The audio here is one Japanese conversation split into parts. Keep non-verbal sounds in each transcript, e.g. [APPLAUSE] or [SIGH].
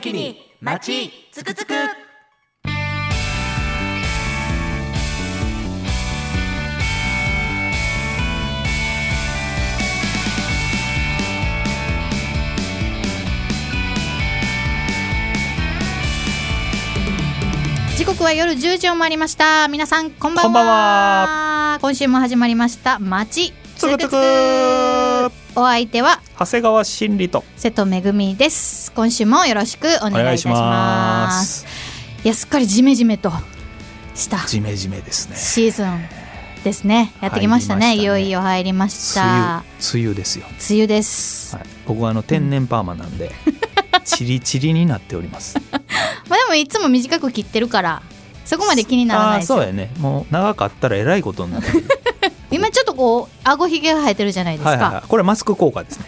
きに街つくつく時刻は夜10時を回りました皆さんこんばんはこんばん今週も始まりました街つくつくお相手は長谷川真理と瀬戸恵美です今週もよろしくおお願いいたしますいやすっかりジメジメとしたジメジメですねシーズンですねやってきましたね入りましたねいよいよ入りまし梅た雨梅雨ですよ、梅雨です、はい、僕はあの天然パーマ [LAUGHS] なんで、チリチリになっておりますまあでもいつも短く切ってるからそこまで気にならないあーですよそうやねもう長かったらえらいことになってる [LAUGHS] 今ちょっとこう顎ひげが生えてるじゃないですか、はいはいはいこれマスク効果 [LAUGHS] ですね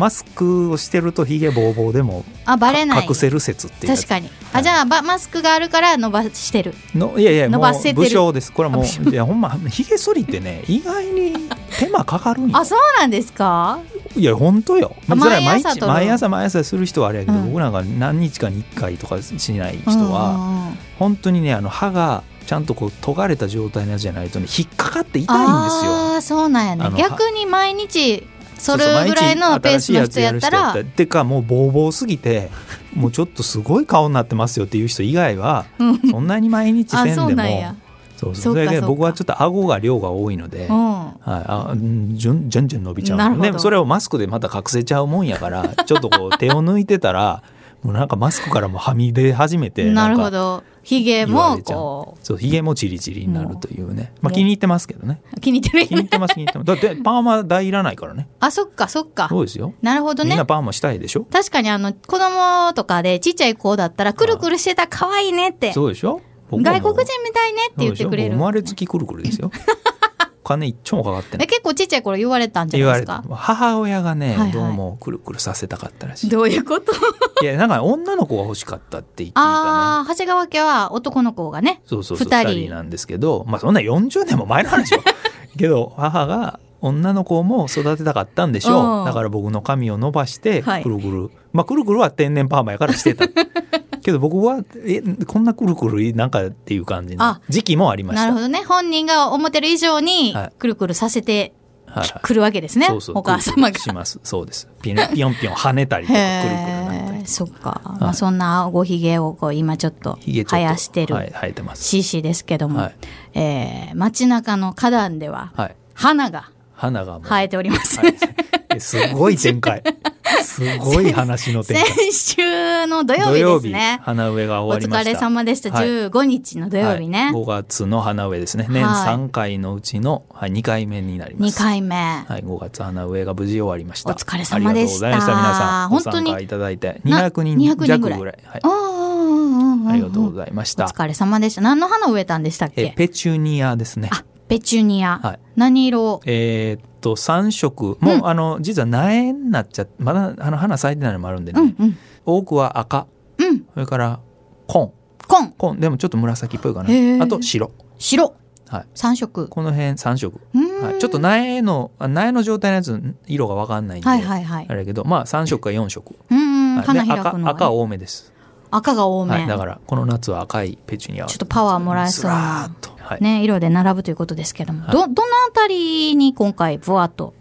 マスクをしてるとヒゲボーボーでもあバレない隠せる説っていうやつ確かに、はあいじゃあばマスクがあるから伸ばしてるのいやいや伸もばせてうる武将ですこれはもあういやほんまひげ剃りってね意外に手間かかるんよあそうなんですかいや本当よあそれは毎毎朝日撮る毎朝毎朝する人はあれやけど、うん僕なんか何日かに1回とかしない人は、本当にねあの歯がちゃんとこう尖れた状態のやつじゃないとね引っかかって痛いんですよああーそうなんやあねの逆に毎日そそうれそうぐらいのペースの人やった毎日新しいやつやる人やらったてかもうボーボーすぎてもうちょっとすごい顔になってますよっていう人以外 [LAUGHS] はうんそんなに毎日せんあでそもうなんやそうそうそうそかれだけそうか僕はちょっと顎が量が多いので、はうい、んあうんじゅんじゃんじゃん伸びちゃなるうほどでもそれをマスクでまた隠せちゃうもんやから [LAUGHS] ちょっとこう手を抜いてたらもうなんかマスクからもはみ出始めてなるほんかどひげ言わもれちゃうこそうひげもチリチリになるというね、まもあ、う気に入ってますけ [LAUGHS] どねう気に入って気に入るってます気に入ってますだってパーマ代いらないからねあそっかそっかそうですよなるほどみんねなパーマしたいでしょ確かにあの子供とかでちっちゃい子だったらくるくるしてた可愛いねってそうでしょ僕はも外う国人みたいねって言ってくれそうでしょもうる生まれつきくるくる [LAUGHS] ですよお金一丁もかかってなえい結構ちっちゃい頃言われたんじゃ言ないわでれすてか母親がね、はいはいどうもくるくるさせたかったらしいどういうこといやなんか女の子が欲しかったって聞いたねああ、長谷川家は男の子がね。そうそうそう二2人人なんですけどまあそんな40年も前の話 [LAUGHS] よけど母が女の子も育てたかったんでしょうんうだから僕の髪を伸ばしてはいくるくる、まあくるくるは天然パーマやからして [LAUGHS] たけど僕はえこんなくるくるなんかっていう感じのあ時期もありましなたるほどね。本人が思ってる以上にはい、くるくるさせてはいはいくるわけですね。そうそうお母くる様くるが。しますそうですピヨン [LAUGHS] ピヨンピヨン跳ねたりとかくるくるなったへりえ、そっか。いまあそんな青ひげをこう今ちょっとひげちょっと生やしてるはい、生えてますシーシーですけども、はいえー街中の花壇でははい花が花がもう生えております。はい [LAUGHS] えすごい展開。すごい話の展開。 [LAUGHS] 先週の土曜土日で曜す日、ね。花植えがお終わりま疲した。れ様でした。はい15日の土曜日ね。はい5月の花植えですね。年はい3回のうちの、はい、2回目になりま2す。回目。はい、5月花植えが無事終わりました。お疲れ様ありがでしたとうございました。皆さん、本当にご参加いただいて、な200 200人人弱ぐぐららいい。はいうんうんうんうんんありがとうございましおた。疲れ様でした。何の花を植えたんでしたっえけペチュニアですね。あ、ペチュニア。はい何色えーっと3色もう、うんあの実は苗になっちゃってまだあの花咲いてないのもあるんでね、うんうん。多くは赤うん。それから紺紺、紺でもちょっと紫っぽいかなへーあと白白、はい三色。この辺3色、うーんはい、ちょっと苗のあ苗の状態のやつ色が分かんないんで、はいはいはいあ。れやけどまあ3色か4色、うーん。はいで花開赤くのはね、赤多めです、赤が多め、はい、だからこの夏は赤いペチュニアをちょっとパワーもらえそうなずらーっと、はいね、色で並ぶということですけども。ど、どのあたりに今回、ぶわっと。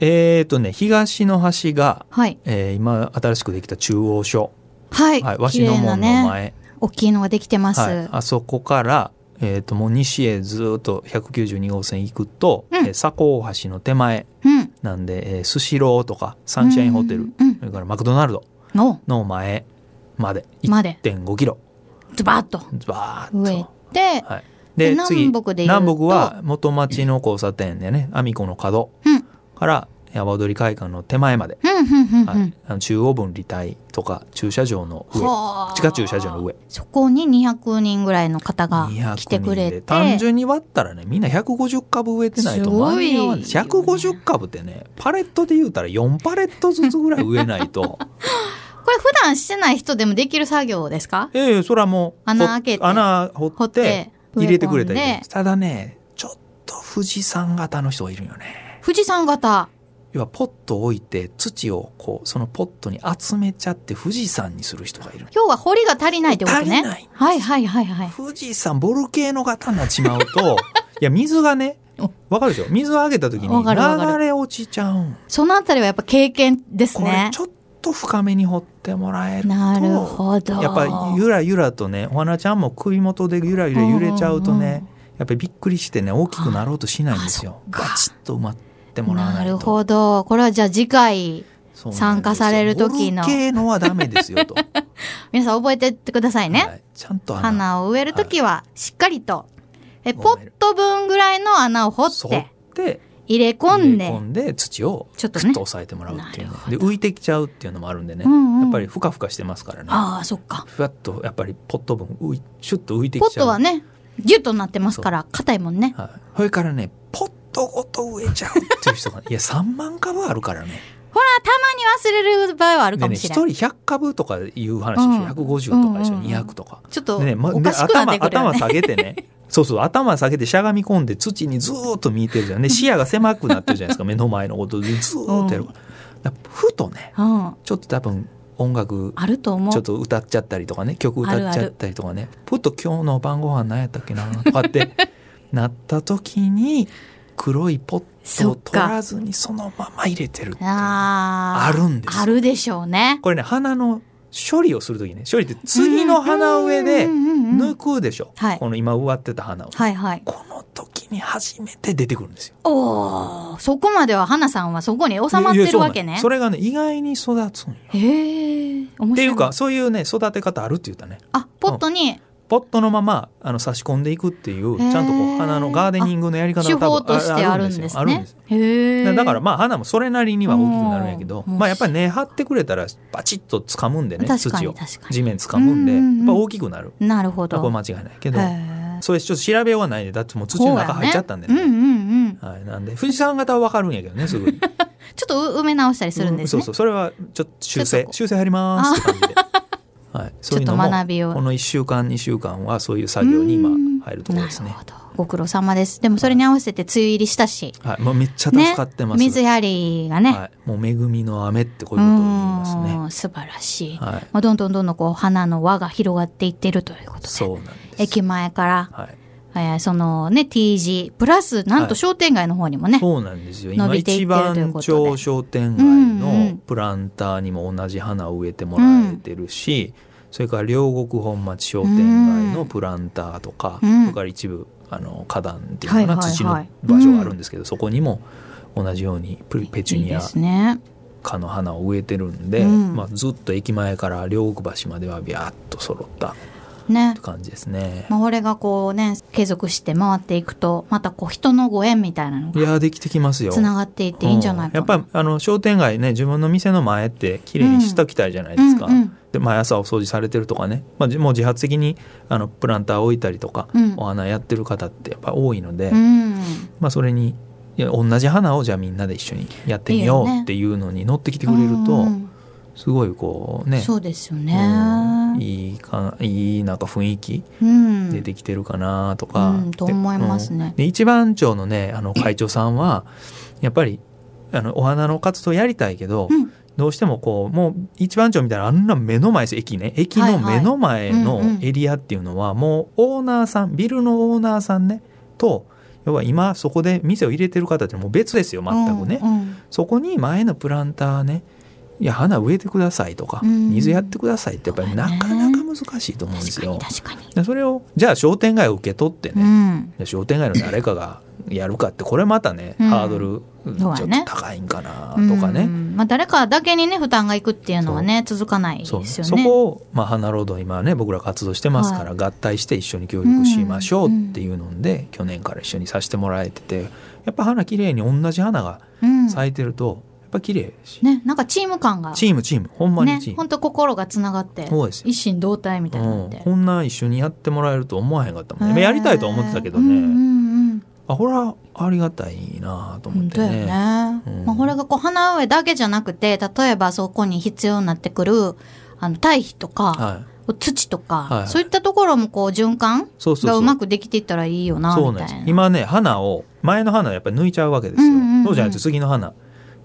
えっ、ー、とね東の端が、はい。えー今新しくできた中央署、はい。はい、鷲綺の麗な門のね前、大きいのができてます。はい、あそこから、えー、ともう西へずーっと192号線行くと、うんえー佐古大橋の手前うん。なんでえースシローとかサンシャインホテル、うんうんそれからマクドナルドおの前までまで1.5キロズバッとバー植ッえと。て、はい、でで次南北で言うと南北は元町の交差点でね阿美子の角うん。から山踊り会館の手前まで、うん、うん、うん、はいうん。あの中央分離帯とか駐車場の上はあ地下駐車場の上そこに200人ぐらいの方が200来てくれ人てで単純に割ったらねみんな150株植えてないと間に合わないすごい150株ってねパレットで言うたら4パレットずつぐらい植えない [LAUGHS] とこれ普段してない人でもできる作業ですかええそれはもう穴開けてほ穴掘って掘って入れてくれた植え込んりでただねちょっと富士山型の人がいるんよね富士山型要はポットを置いて土をこうそのポットに集めちゃって富士山にする人がいる。今日は掘りが足りないってこと足ね。りないはいはいはいはい。富士山ボルケーノ型になっちまう [LAUGHS] といや水がねわかるでしょ水をあげた時にわかるわか流るれ落ちちゃうんそのあたりはやっぱ経験ですこれね。ちょっと深めに掘ってもらえるとなるほど。やっぱゆらゆらとねお花ちゃんも首元でゆらゆら揺れちゃうとね、うんうんうんやっぱりびっくりしてね大きくなろうとしないんですよあそっガかチッと埋まってもらわないとなるほど。これはじゃあ次回、そうなんですよ参加される時のボルケーノはダメですよと皆さん [LAUGHS] 覚えてってくださいね。はいちゃんと花を植えるときは、しっかりと、え、ポごめんット分ぐらいの穴を掘っ、そってて入れ込込んんでで、土をちょっとクねッと押さえてもらうっていうなるねほで浮いてきちゃうっていうのもあるんでね、うんうんやっぱりふかふかしてますからねああ、そっか。ふわっとやっぱりポット分浮いシュッと浮いてきポちゃうットはね、ギュッとなってますから、硬いもんね。はい、それからねポットごと植えちゃうっていう人がいや3万株あるからねほら、たまに忘れる場合はあるかでもねし一れない。人100株とかいう話でしょ、150とかでしょ、うんうんうん200とか。ちょっと、でねまおでかしくなっ頭てくるよ頭ね。下げて [LAUGHS] ねそうそう頭下げてしゃがみ込んで土にずーっと見てるじゃんね視野が狭くなってるじゃないです [LAUGHS] か目の前のことでずーっとやるから,、ふとねうん。ちょっと多分音楽あると思ちょっう。と歌っちゃったりとかね曲ある歌あっるちゃったりとかねふと今日の晩ご飯何やったっけなとかって [LAUGHS] なった時に黒いポットそをっか取らずにそのまま入れてるっていうああ。あるんですよあるでしょうね。これね花の処理をする時ね処理って次の花植えでうんうんうんうん抜くでしょ、はいこの今植わってた花を、はいはい。この時に初めて出てくるんですよおお、そこまでは花さんはそこに収まってるわいけやいやそうなんでねす。それがね意外に育つんよへえ、面白い。っていうか、そういうね育て方あるって言ったねあ、ポットにポットのままあの差し込んでいくっていうへーちゃんとこう花のガーデニングのやり方手が法多分としてあるんですあるんねですよ。あへるんですえ。よだからまあ花もそれなりには大きくなるんやけど、うんまあ、やっぱり根張ってくれたらバチッと掴むんでね確土かにを確かに。地面掴むんでうんうんうんやっぱ大きくなるなるほど。これ間違いないけどへえ。それちょっと調べようがないでだってもう土の中入っちゃったんでそうやねねうんうんうん。はい、なんで富士山型は分かるんやけどねすぐにちょっと埋め直したりするんですうね。そうそうそれはちょっと修ちょっ正とこう修正入りますって感じで、はい、そういうのもちょっと学びをこの1週間2週間はそういう作業に今入るところですなねるほど。ご苦労様です。でもそれに合わせて梅雨入りしたし。はい、もうめっちゃ助ねかって。ます。水やりがね。はい、もう恵みの雨ってこうういうことを言いますね。ん、素晴らしい。はい、まあ、どんどんどんどんこう花の輪が広がっていってるということで。そうなんです。駅前から、はい、えーそのね、T 字、プラス、なんはとい商店街の方にもね、そうなんですよ。伸今びてい一ってるという番ことで町商店街うんうんのプランターにも同じ花を植えてもらえてるし、それから両国本町商店街のプランターとか、うんそれから一部あの花壇っていうのかな、はいはいはい土の場所があるんですけど、そこにも同じようにプペチュいいニでアすね。花の花を植えてるんで、うんまあ、ずっと駅前から両国橋まではビャーっと揃ったね。感じですね。まあ、これがこうね、継続して回っていくと、またこう人のご縁みたいなのいがやーできてきますよ。つながっていっていいんじゃないかな。うんやっぱりあの商店街ね自分の店の前って綺麗にしたきたいじゃないですか。うんうんで毎朝お掃除されてるとかね、まあ、じもう自発的にあのプランター置いたりとか、うんお花やってる方ってやっぱ多いので、うん。まあ、それにいや同じ花をじゃあみんなで一緒にやってみよいいよねうっていうのに乗ってきてくれるとうんうんすごいこうねそうですようんね。いいかいいなんか雰囲気うん。出てきてるかなとか、うんと思いますねでうんで一番町のねあの会長さんはやっぱりあのお花の活動やりたいけど、うんどうしてもこうもう一番町みたいなあんな目の前です駅ね駅の目の前はのいはいうんうんエリアっていうのはもうオーナーさんビルのオーナーさんねと要は今そこで店を入れてる方ってもう別ですよ全くね、うんうんそこに前のプランターねいや花植えてくださいとか、うん水やってくださいってやっぱりなかなか難しいと思うんで確すかよに。確かに。でそれをじゃあ商店街を受け取ってうね、ん。商店街の誰かがやるかってこれまたね、うんハードルうんちそょっうやとね高いんかなとかね。うんまあ誰かだけにね、負担がいくっていうのはね、続かないですそようね。ねそこを、まあ、花ロード今ね僕ら活動してますから、合体して一緒に協力しましょうっていうので、去年から一緒にさせてもらえててやっぱ花綺麗に同じ花がうん。咲いてると、やっぱ綺麗やし、ね、なんかチーム感が。チームチームほんまねにチー、ム、本当心がつながって、そうですよ一心同体みたいになっうんて。こんな一緒にやってもらえると思わへんかったもんね、ねやりたいとは思ってたけどうんうね、んうんあほらありがたいなと思本って当よね。うんまあ、これがこう花植えだけじゃなくて、例えばそこに必要になってくる、あの、堆肥とか、はい土とか、はいそういったところもこう循環そうそうがそううまくできていったらいいよな、そうみなんたですいな。今ね花を前の花やっぱり抜いちゃうわけですよ、うんうんうんそうじゃないと次の花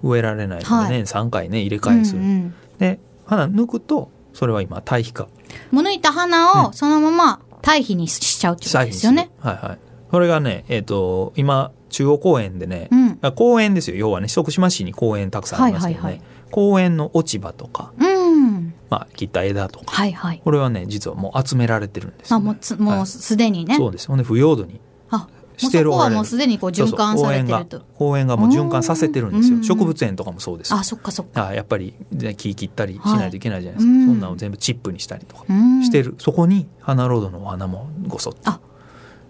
植えられないのはいで年3回ね入れ替えする、うんうんで花抜くとそれは今堆肥化もう抜いた花うをそのまま堆肥にしちゃうってことですよね。はいはいそれがねえっ、と今中央公園でね、うん。あ公園ですよ要はね徳島市に公園たくさんありますけどね、はいはいは公園の落ち葉とか、うん。まあ、切った枝とかはいはい。これはね実はもう集められてるんですよあね、もうつもはういすでにね。そうですほんで不要度にあもしうそてるこ我は々もうすでにこうそう循そう環さ公れ園てがると。公園がもう循環させてるんですうよん植物園とかもそうですあそっかそっか。あやっぱりね木切ったりしないといけないじゃないですか、はいうんそんなのを全部チップにしたりとかうん。してる、そこに花ロードのお花もごそっと、あ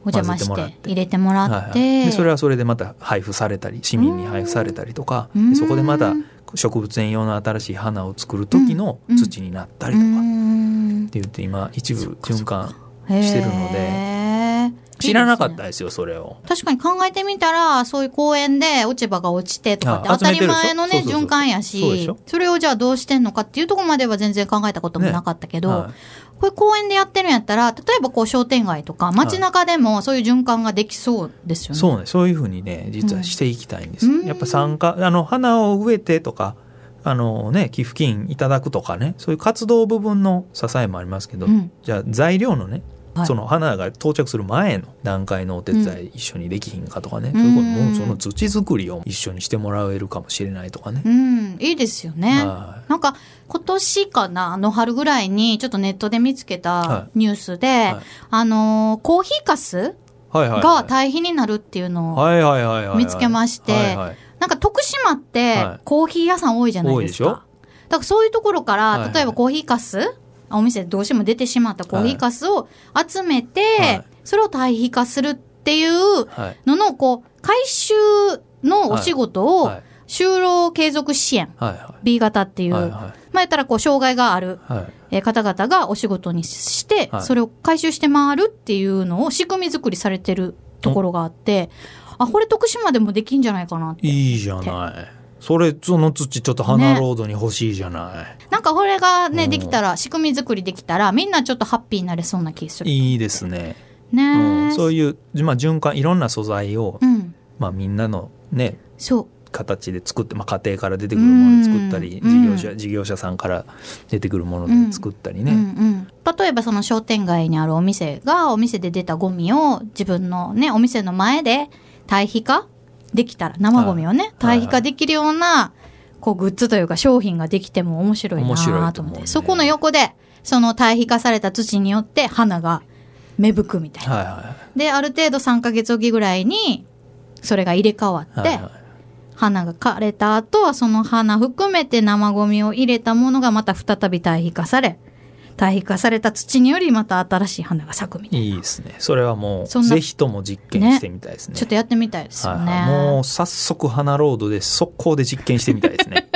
お邪魔し混ぜてもらってて入れてもらはいっはて。い、でそれはそれでまた配布されたり市民に配布されたりとかでそこでまたうん植物園用の新しい花を作る時の土になったりとか、っうんて言って今一部循環へーしてるのでいいですね知らなかったですよそれを。確かに考えてみたらそういう公園で落ち葉が落ちてとかってあ当たり前のね集めてるでしょ循環やそうそうそうそうでししょそれをじゃあどうしてんのかっていうところまでは全然考えたこともねなかったけど、はこれ公園でやってるんやったら例えばこう商店街とか街中でもそういう循環ができそうですよい、ね。そうねそういうふうにね実はしていきたいんですよ、うんやっぱ参加あの花を植えてとかあのね寄付金いただくとかねそういう活動部分の支えもありますけど、うんじゃあ材料のねはいその花が到着する前の段階のお手伝い一緒にできひんかとかね、うんそういうこともその土作りを一緒にしてもらえるかもしれないとかね。うん、いいですよね。はなんか今年かなあの春ぐらいにちょっとネットで見つけたはニュースで、いあのーコーヒーかすはいはいが堆肥になるっていうのを、はいはいはいはいはい見つけましてはいはいなんか徳島ってはいコーヒー屋さん多いじゃないですか。多いでしだからそういうところから、はいはい例えばコーヒーかすお店でどうしても出てしまったコーヒーかすを集めて、はいそれを堆肥化するっていうはいのの、こう、回収のお仕事をはい就労継続支援、はいは B 型ってい、いうはいはまあ、やったらこう、障害があるいはいえー方々がお仕事にして、はいそれを回収して回るっていうのを仕組み作りされてるところがあって、あ、これ徳島でもできんじゃないかなって。いいじゃないそれその土ちょっと花ロードに欲しいじゃない、なんかこれがね、うんできたら、仕組み作りできたら、みんなちょっとハッピーになれそうな気する。いいですね、うねん、そういいう、まあ、循環いろんな素材を、うん。まあ、みんなのねそう。形で作って、まあ、家庭から出てくるもので作ったり、うん事業者事業者さんから出てくるものうんで作ったりうね、んうん。例えばその商店街にあるお店が、お店で出たゴミを自分のね、お店の前で堆肥化できたら、生ゴミをね、堆肥化できるような、こう、グッズというか商品ができても面白いな面白ぁいとと思う思って、ねそこの横で、その堆肥化された土によって花が芽吹くみたいな。はいはいで、ある程度3ヶ月おきぐらいに、それが入れ替わって、はいはい花が枯れた後はその花含めて生ゴミを入れたものがまた再び堆肥化され堆肥化された土によりまた新しい花が咲くみたいいいですねそれはもそうんなぜひとも実験してみたいですなねちょっとやってみたいですよね、はいはいもう早速花ロードで速攻で実験してみたいです [LAUGHS] ね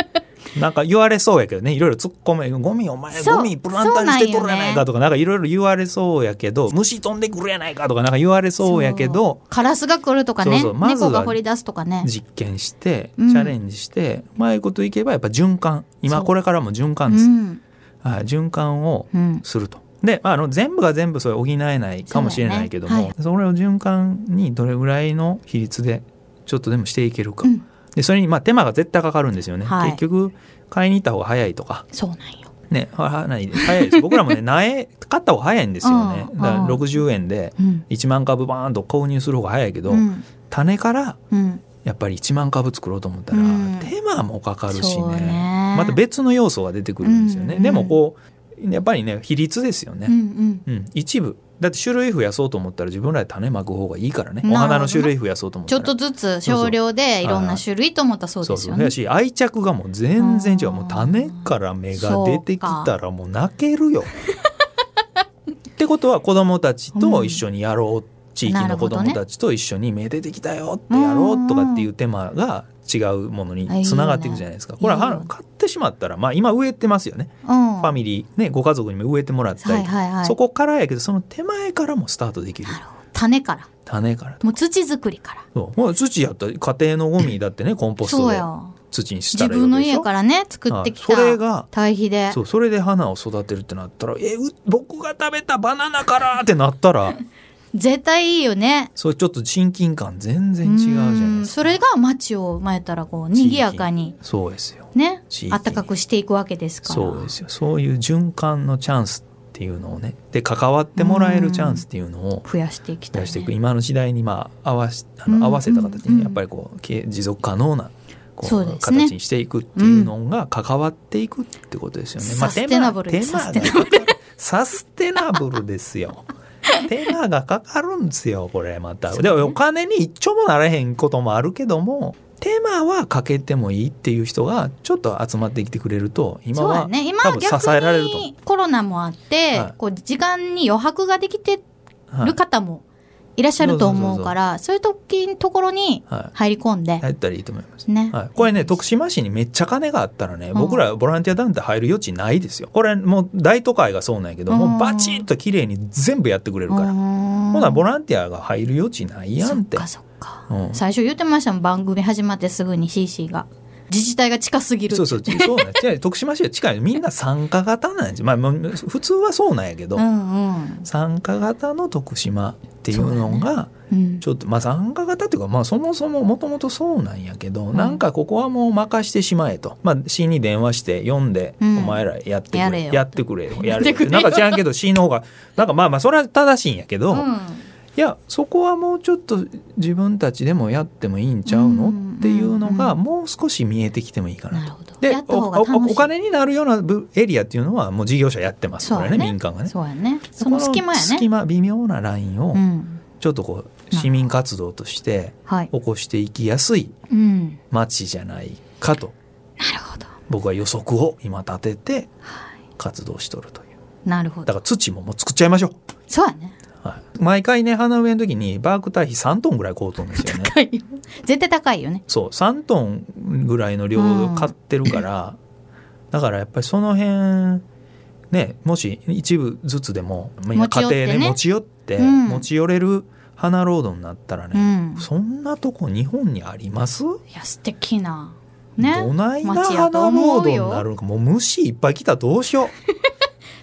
なんか言われそうやけどねいろいろ突っ込めゴミお前そうゴミプランターにしてとるやないかとかなんかいろいろ言われそうやけど虫飛んでくるやないかとかなんか言われそうやけどカラスが来るとかねそうそうまずは猫が掘り出すとかね実験してチうんャレンジして、うまいこといけばやっぱ循環そ今うこれからも循う環です、んはい、循環をうんすると。で、まあ、あの全部が全部それ補えないかもしれないけどもそそ,、うだれをよ循環にどれぐらいの比率でちょっとでもしていけるか、うんでそれにまあ手間が絶対かかるんですよね、はい結局買いに行った方が早いとかそうなんよねはない早いです僕らも [LAUGHS] ね苗買った方が早いんですよねうんだからうん60円でうん1万株バーンと購入する方が早いけど、うん種からうんやっぱり1万株作ろうと思ったら、うん手間もかかるしそうねねまた別の要素が出てくるんですよね、うんでもこうやっぱりね比率ですよね、うんうんうん、一部だって種類増やそうと思ったら自分らで種まく方がいいからねなるおほどね花の種類増やそうと思っちたょらっとずつ少量でいろんな種類と思ったらそうそでうすそようだねし愛着がもう全然違あーうもう種から芽が出てきたらもう泣ける [LAUGHS] よ。ってことは子供たちと一緒にやろう、地域なるのほ子どね供たちと一緒に芽出てきたよってやろうとかっていう手間が違うものにつながっていくじゃないですか。いいこよれねはあの買ってしまったらまあ今植えてますよね、うんファミリーねご家族にも植えてもらったり、はいはいはいそこからやけどその手前からもスタートできるなるほど種から種からもう土作りからそうもう土やったら家庭のゴミだってねコンポストそうでよ土にしたらい自い分わのけでし家ょからね作ってきはいそれたが堆肥でそうそ [LAUGHS] れで花を育てるってなったらえう僕が食べたバナナからってなったら絶対いいよねそうちょっと親近感全然違うじゃないうんですかそれが街を生まれたらこう賑やかにそうですよね地域に暖かくしていくわけですからそうですよそういう循環のチャンスっていうのをねで関わってもらえるチャンスっていうのを増やしていきたい、出ね、していく今の時代にまあ合わしあうんの合わせた形うんにねやっぱりこうけ持続可能なこそうでうすね形にしていくっていうのが関わっていくってことですよね。まあサステナブル手間サステナブ手間がかかるサステナブルです [LAUGHS] よ。手間がかかるんですよこれまた。そうねでもお金に一丁もならへんこともあるけども手間はかけてもいいっていう人がちょっと集まってきてくれると今そうだはね今多は分支えられる逆と思うにコロナもあって、はいこう時間に余白ができてはいる方もいらっしゃると思うから、そういう時のところには入り込んで、い、やったらいいと思います。ね、はい、これね徳島市にめっちゃ金があったらねん僕らボランティア団体入る余地ないですよこれもう大都会がそうなんやけどうもんうバチッと綺麗に全部やってくれるからほほなボラランティアが入る余地ないやんってそっかそっか、うん最初言ってましたもん番組始まってすぐに CC が自治体が近すぎるそうそうそうなんです違う徳島市は近いみんな参加型なんですまあまあ普通はそうなんやけどうんうん参加型の徳島っていうのがうんちょっとまあ参加型っていうかまあそもそももともとそうなんやけどなんかここはもう任してしまえとまあ市に電話して読んでおうん前らやってやくれれよやってくれよ [LAUGHS] ややってれくれよよなんか知らんけど市の方がなんかまあまあそれは正しいんやけどうんいやそこはもうちょっと自分たちでもやってもいいんちゃうのうんっていうのうんがもう少し見えてきてもいいかななとる。ほどでやったお方がお楽しいお金になるような部エリアっていうのはもう事業者やってますそかうらやねね民間がね。そうやねその隙間やこの隙ね間微妙なラインをうんちょっとこう市民活動としてはい起こしていきやすいうんな街じゃないかとるほど僕は予測を今立てて活動しとるというなるほだどから土ももう作っちゃいましょそうやねう、はい、毎回ね花植えの時にバーク堆肥3トンぐらい買うとんですよね高いよ絶対高いよねそう3トンぐらいの量を買ってるから、だからやっぱりその辺ねもし一部ずつでもみんな家庭で持持ちち寄って,、うん持ち寄れる花ロードになったらうね、んそんなとこ日本にありますいや素敵なねどないな街花やロと思ードうによなるのかもう虫いっぱい来たらどうしよ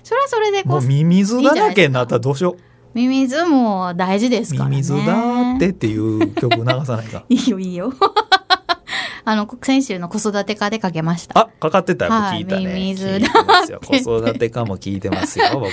それはそれでう [LAUGHS] こもううミミズだらけになったらどうしよミミズも大事ですうかミらねミズだってっていう曲流さない [LAUGHS] かいいよいいよあの先週の子育て科でかけましたあかかってたよはい聞いたね、ミミズ聞だいてますよ子育てかも聞いて [LAUGHS] ますよ僕は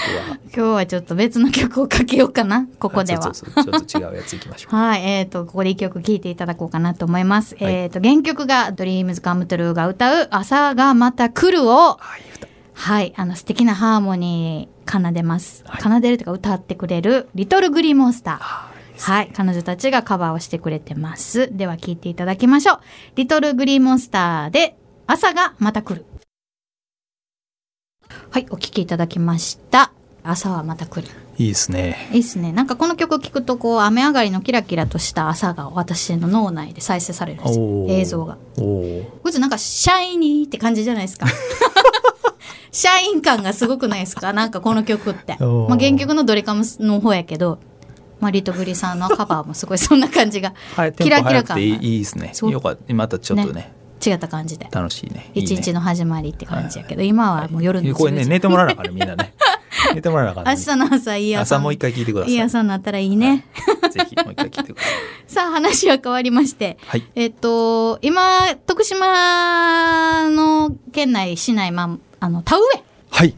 今日はちょっと別の曲をかけようかなここではそうそうそうちょっと違うやついきましょう。はい、えっ、と、ここで一曲聴いていただこうかなと思います。はいえっ、と、原曲が Dreams Come True が歌う朝がまた来るを、ああいう歌 [LAUGHS] はい、あの素敵なハーモニー奏でます。はい奏でるというか歌ってくれるリトルグリーモンスター。ああいいですはい、彼女たちがカバーをしてくれてます。では聴いていただきましょう。リトルグリーモンスターで朝がまた来る。はい、お聴きいただきました。朝はまた来る。いいですね。いいっすね。なんかこの曲聴くとこう雨上がりのキラキラとした朝が私の脳内で再生されるんですよお。ー映像が。おお。こいつなんかシャイニーって感じじゃな [LAUGHS] いですか。シャイン感がすごくないですかなんかこの曲って。おーまあ、原曲のドリカムの方やけど、まあ、リトグリさんのカバーもすごいそんな感じがはい、テンキラポキラ早く感ていいがいいですねそう。よかった。またちょっとね、違った感じで。楽しいね。いいね一日の始まりって感じやけど、今はもう夜のこれ10 [LAUGHS] ね、時寝てもらわなあかんね、みんなね。寝てもらわなあかん明ね。日の朝いい朝。朝もう一回聞いてください。いい朝になったらいいね。はいぜひもう一回聞いてください。さあ話は変わりまして、はいえっと今徳島の県内市内まああの田植えはい。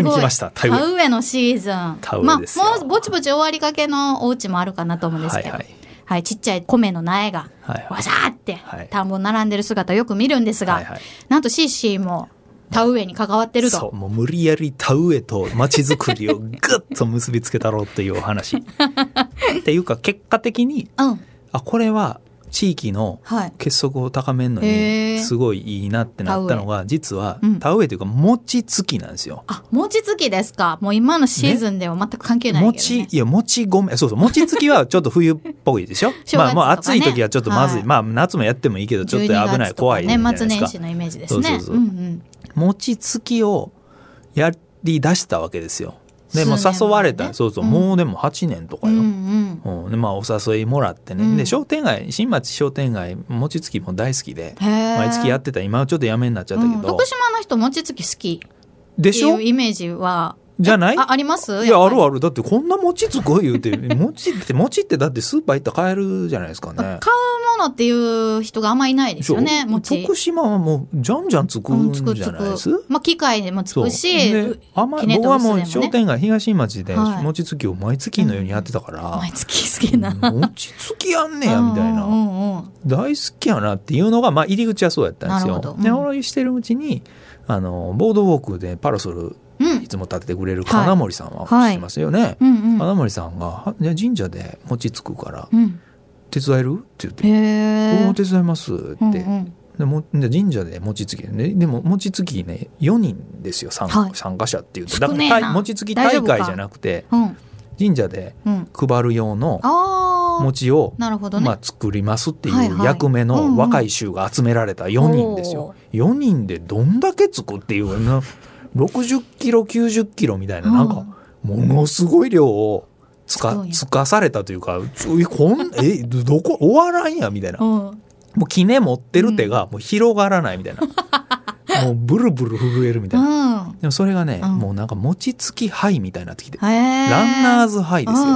急ごいに来ました。タイ田植えのシーズン田植えですよまあもうぼちぼち終わりかけのお家もあるかなと思うんですけど、ははいいはいちっちゃい米の苗がはいはいわざーってはい田んぼに並んでる姿よく見るんですが、はいはいなんとシーシーも田植えに関わってるそとう、もう無理やり田植えと街づくりをぐっと結びつけたろうっていうお [LAUGHS] 話。っていうか、結果的に、うんあ、これは地域のはい結束を高めるのへーにすごいいいなってなったのが実はうん田植えというか餅つきなんですよ。あ餅つきですかもう今のシーズンでは全く関係ないけど、餅ねいや餅米そうそう餅つきはちょっと冬っぽいでしょ正月とかねまあもう暑い時はちょっとまずい、はいまあ夏もやってもいいけどちょっと12危ない、月と怖かいじゃないです年末年か始のイメージですね。そうそうそうんうん餅つきをやりだしたわけですよでもう数年前ね誘われた、そうそう、うんもうでも8年とかうよ、んうん。うんでまあ、お誘いもらってね、うんで商店街新町商店街餅つきも大好きでへ毎月やっってた今はちょっとやめになっちゃったけど、徳島の人餅つき好きでしょっていうイメージはじゃないあありますいやあるわあるだってこんな餅つく言 [LAUGHS] うて餅って餅ってだってスーパー行ったら買えるじゃないですかね。買うものっていう人があんまいないですよねそう餅徳島はもうじゃんじゃんつくんじつくゃつないです、く、まあ、機械でもつそうくしでうあんまきね僕はとも薄でうもね商店街東町ではい餅つきを毎月のようにやってたから、毎月好きな。餅つきやんねやみたいな、うんうんうん大好きやなっていうのが、まあ、入り口はそうやったんですなよ。るほどでうんおろいしてるうちにあのボードウォークでパラソルうんいつも立ててくれる金森さんははい知ってますよね。うんうん金森さんがは「じゃあ神社で餅つくからうん手伝える?」って言ってへ「おえお手伝います」って、うんうんでもじゃあ神社で餅つきででも餅つきね4人ですよ参,、はい参加者っていうと少だからねえな大餅つき大大丈夫会かじゃなくてうん神社でうん配る用のああ餅をなるほどね、まあ、作りますってはいいうはい役目うんうのん若い衆が集められた4人ですよ、4人でどんだけつくっていうな60キロ90キロみたいななんかものすごい量をつすかごいつかされたというかちょえこんえどどこ終わらんやみたいなうもんうんうきね持ってる手がもう広がらないみたい [LAUGHS] なもうブルブル震えるみたいなでもそれがね、うんもうなんか餅つきハイみたいになってきて、へえランナーズズハイですよ、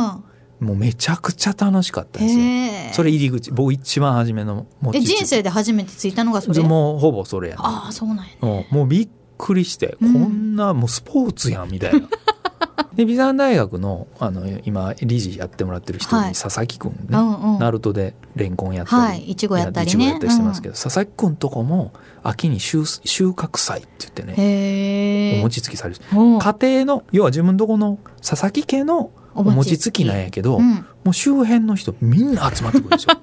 もうめちゃくちゃ楽しかったんですよへえそれ入り口僕一番初めのえ餅つき人生で初めてついたのがそれもうほぼそれやなああそうなんやねうんもうびっくりして、うんこんなもうスポーツやんみた [LAUGHS] いなで美山大学のあの今理事やってもらってる人に、はい佐々木くんね、うんうんナルトでレンコンやったり、はいいちごやったりねいちごやったりしてますけど、佐々木くんとこも秋に収収穫祭って言ってねへえお餅つきされるお家庭の要は自分とこの佐々木家のお餅つきなんやけど、うんもう周辺の人みんな集まってくるんです [LAUGHS] よ。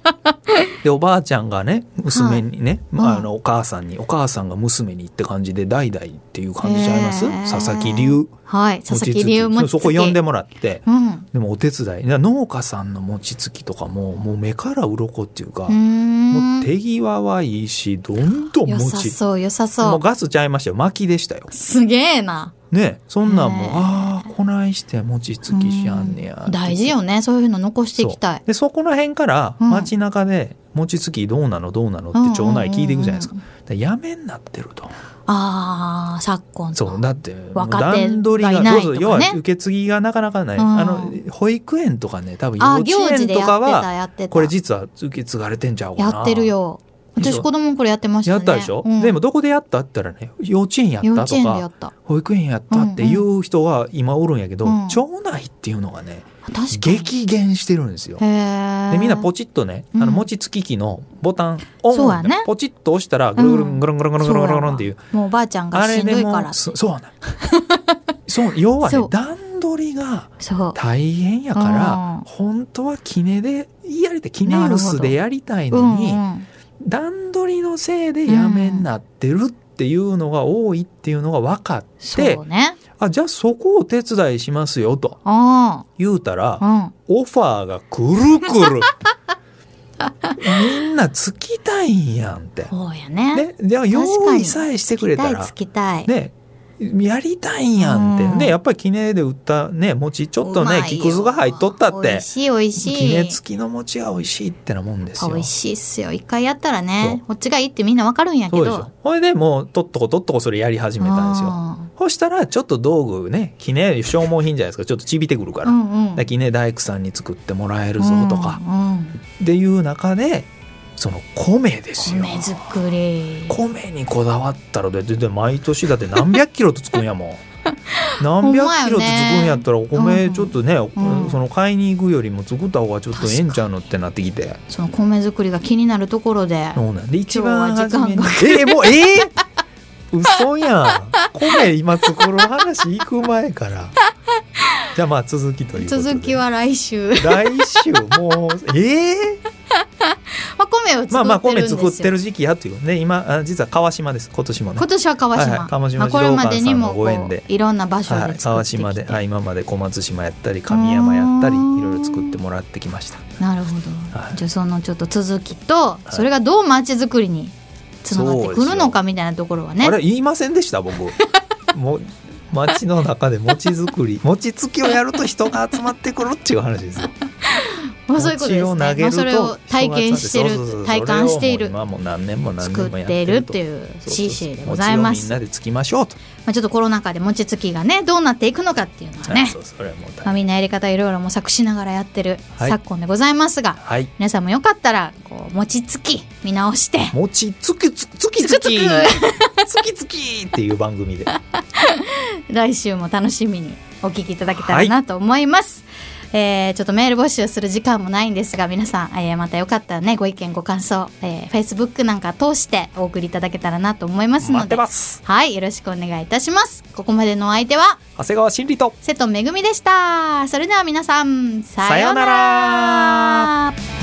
でおばあちゃんがね娘にね、まあ、あのお母さんにお母さんが娘にって感じで代々っていう感じちゃいますへー佐々木流はい佐々木流餅餅つつきそうきそこ呼んでもらってうんでもお手伝いな農家さんの餅つきとかももう目から鱗っていうか、うーんもう手際はいいしどんどん良さ餅そう良さもそううガスちゃいましたよ薪でしたよ。すげえなねそんなんもうねああこないして餅つきしやんねやうん大事よねそういうの残していきたそいうでそこの辺からうん街中で餅つきどうなのどうなのって町内聞いていくじゃないですか,、うんだからやめになってるとああ昨今のそうだってもう若手段取りががいないそうそうと要かはね受け継ぎがなかなかない、うんあの保育園とかね多分幼あー稚行事園でとやかってたはやってたこれ実は受け継がれてんちゃうかやなってるよでしょ私子供の頃やってましたねやったでしょ、うんでもどこでやったって言ったらね幼稚園やっ幼た稚と園でやかった保育園やったっていう人は今おるんやけど、うん町内っていうのがね確かに激減してるんですよへえでみんなポチッとね、あうのん餅つき機のボタンオンそうやねポチッと押したらぐるぐるぐるぐるぐるぐるぐるぐるっていう、もうおばあちゃんがあしれんでどいもからそそうなんそう要はねそう段取りがそう大変やからうん本当はキネでやりたいキネウスでやりたいうんのに、うん段取りのせいでやめになってるっていうのが多いっていうのが分かって、そうねあじゃあそこをお手伝いしますよとあ言うたら、あオファーがくるくるみんなつきたいんやんってうんそうやねねじゃあ用確か意にさえしてくつれきたたいらつきたいねやりたいんやんって、うんでやっぱり記念で売ったね餅ちょっとうまねいよ木くずが入っとったっ美て味しい美味しい記念付きの餅が美味しいってなもんですよ美味しいっすよ一回やったらそねこっちがいいってみんなわかるんやけそうどでしょほいでもうとっとことっとこそれやり始めたんですよあそしたらちょっと道具ね記念消耗品じゃないですかちょっとちびてくるかーら,、うだかんうんら記念大工さんに作ってもらえるぞとか、うんうんっていう中でその米ですよ米作り米にこだわったらだってだって毎年だって何百キロとつくんや [LAUGHS] もん何ほんま百よキロねとつくんやったらお米ちょっとね、んその買いに行くよりも作った方がちょっとええんちゃうのってなってきてその米作りが気になるところでそうなんで一番初めに今日はえもうえー嘘やん米今作る話行く前からじゃあまあ続きということで続きは来週 [LAUGHS] 来週もうええーまあ米を作ってるんですよまあまあ米作ってる時期やというね今あ実は川島です今年もね今年は川島、はいはい川島まあ、これまでにも児童館さんのご縁でこういろんな場所はいで、作川ってきて、島で、はい、今まで小松島やったり神山やったりうーんいろいろ作ってもらってきましたなるほど、はいじゃあそのちょっと続きと、いそれがどう街づくりにつながってくるのかみたいなところはねあれ言いませんでした僕 [LAUGHS] もう街の中で餅作り餅つきをやると人が集まってくるっていう話ですよ [LAUGHS] まあそういうことですね餅を投げるとまあそれを体験してるそうそうそう体感しているそれをもう今もう何年も何作年もやっってているるっとていうそうそう CC でござい餅まをみんす。まなでつきましょうと。あちょっとコロナ禍で餅つきがねどうなっていくのかっていうのはねあ、そうそれはもう大まあ、変みんなやり方いろいろ模索しながらやってるはい昨今でございますが、はい。皆さんもよかったらこう餅つき見直して [LAUGHS] 餅つきつきつきつつきき [LAUGHS] つきつきっていう番 [LAUGHS] 組で。来週も楽しみにお聞きいただけたらなと思います、えーちょっとメール募集する時間もないんですが皆さん、えーまたよかったらねご意見ご感想、えー、Facebook なんか通してお送りいただけたらなと思います待のってでます。はいよろしくお願いいたしますここまでのお相手は長谷川真理と。瀬戸めぐみでしたそれでは皆さんさようなさようなら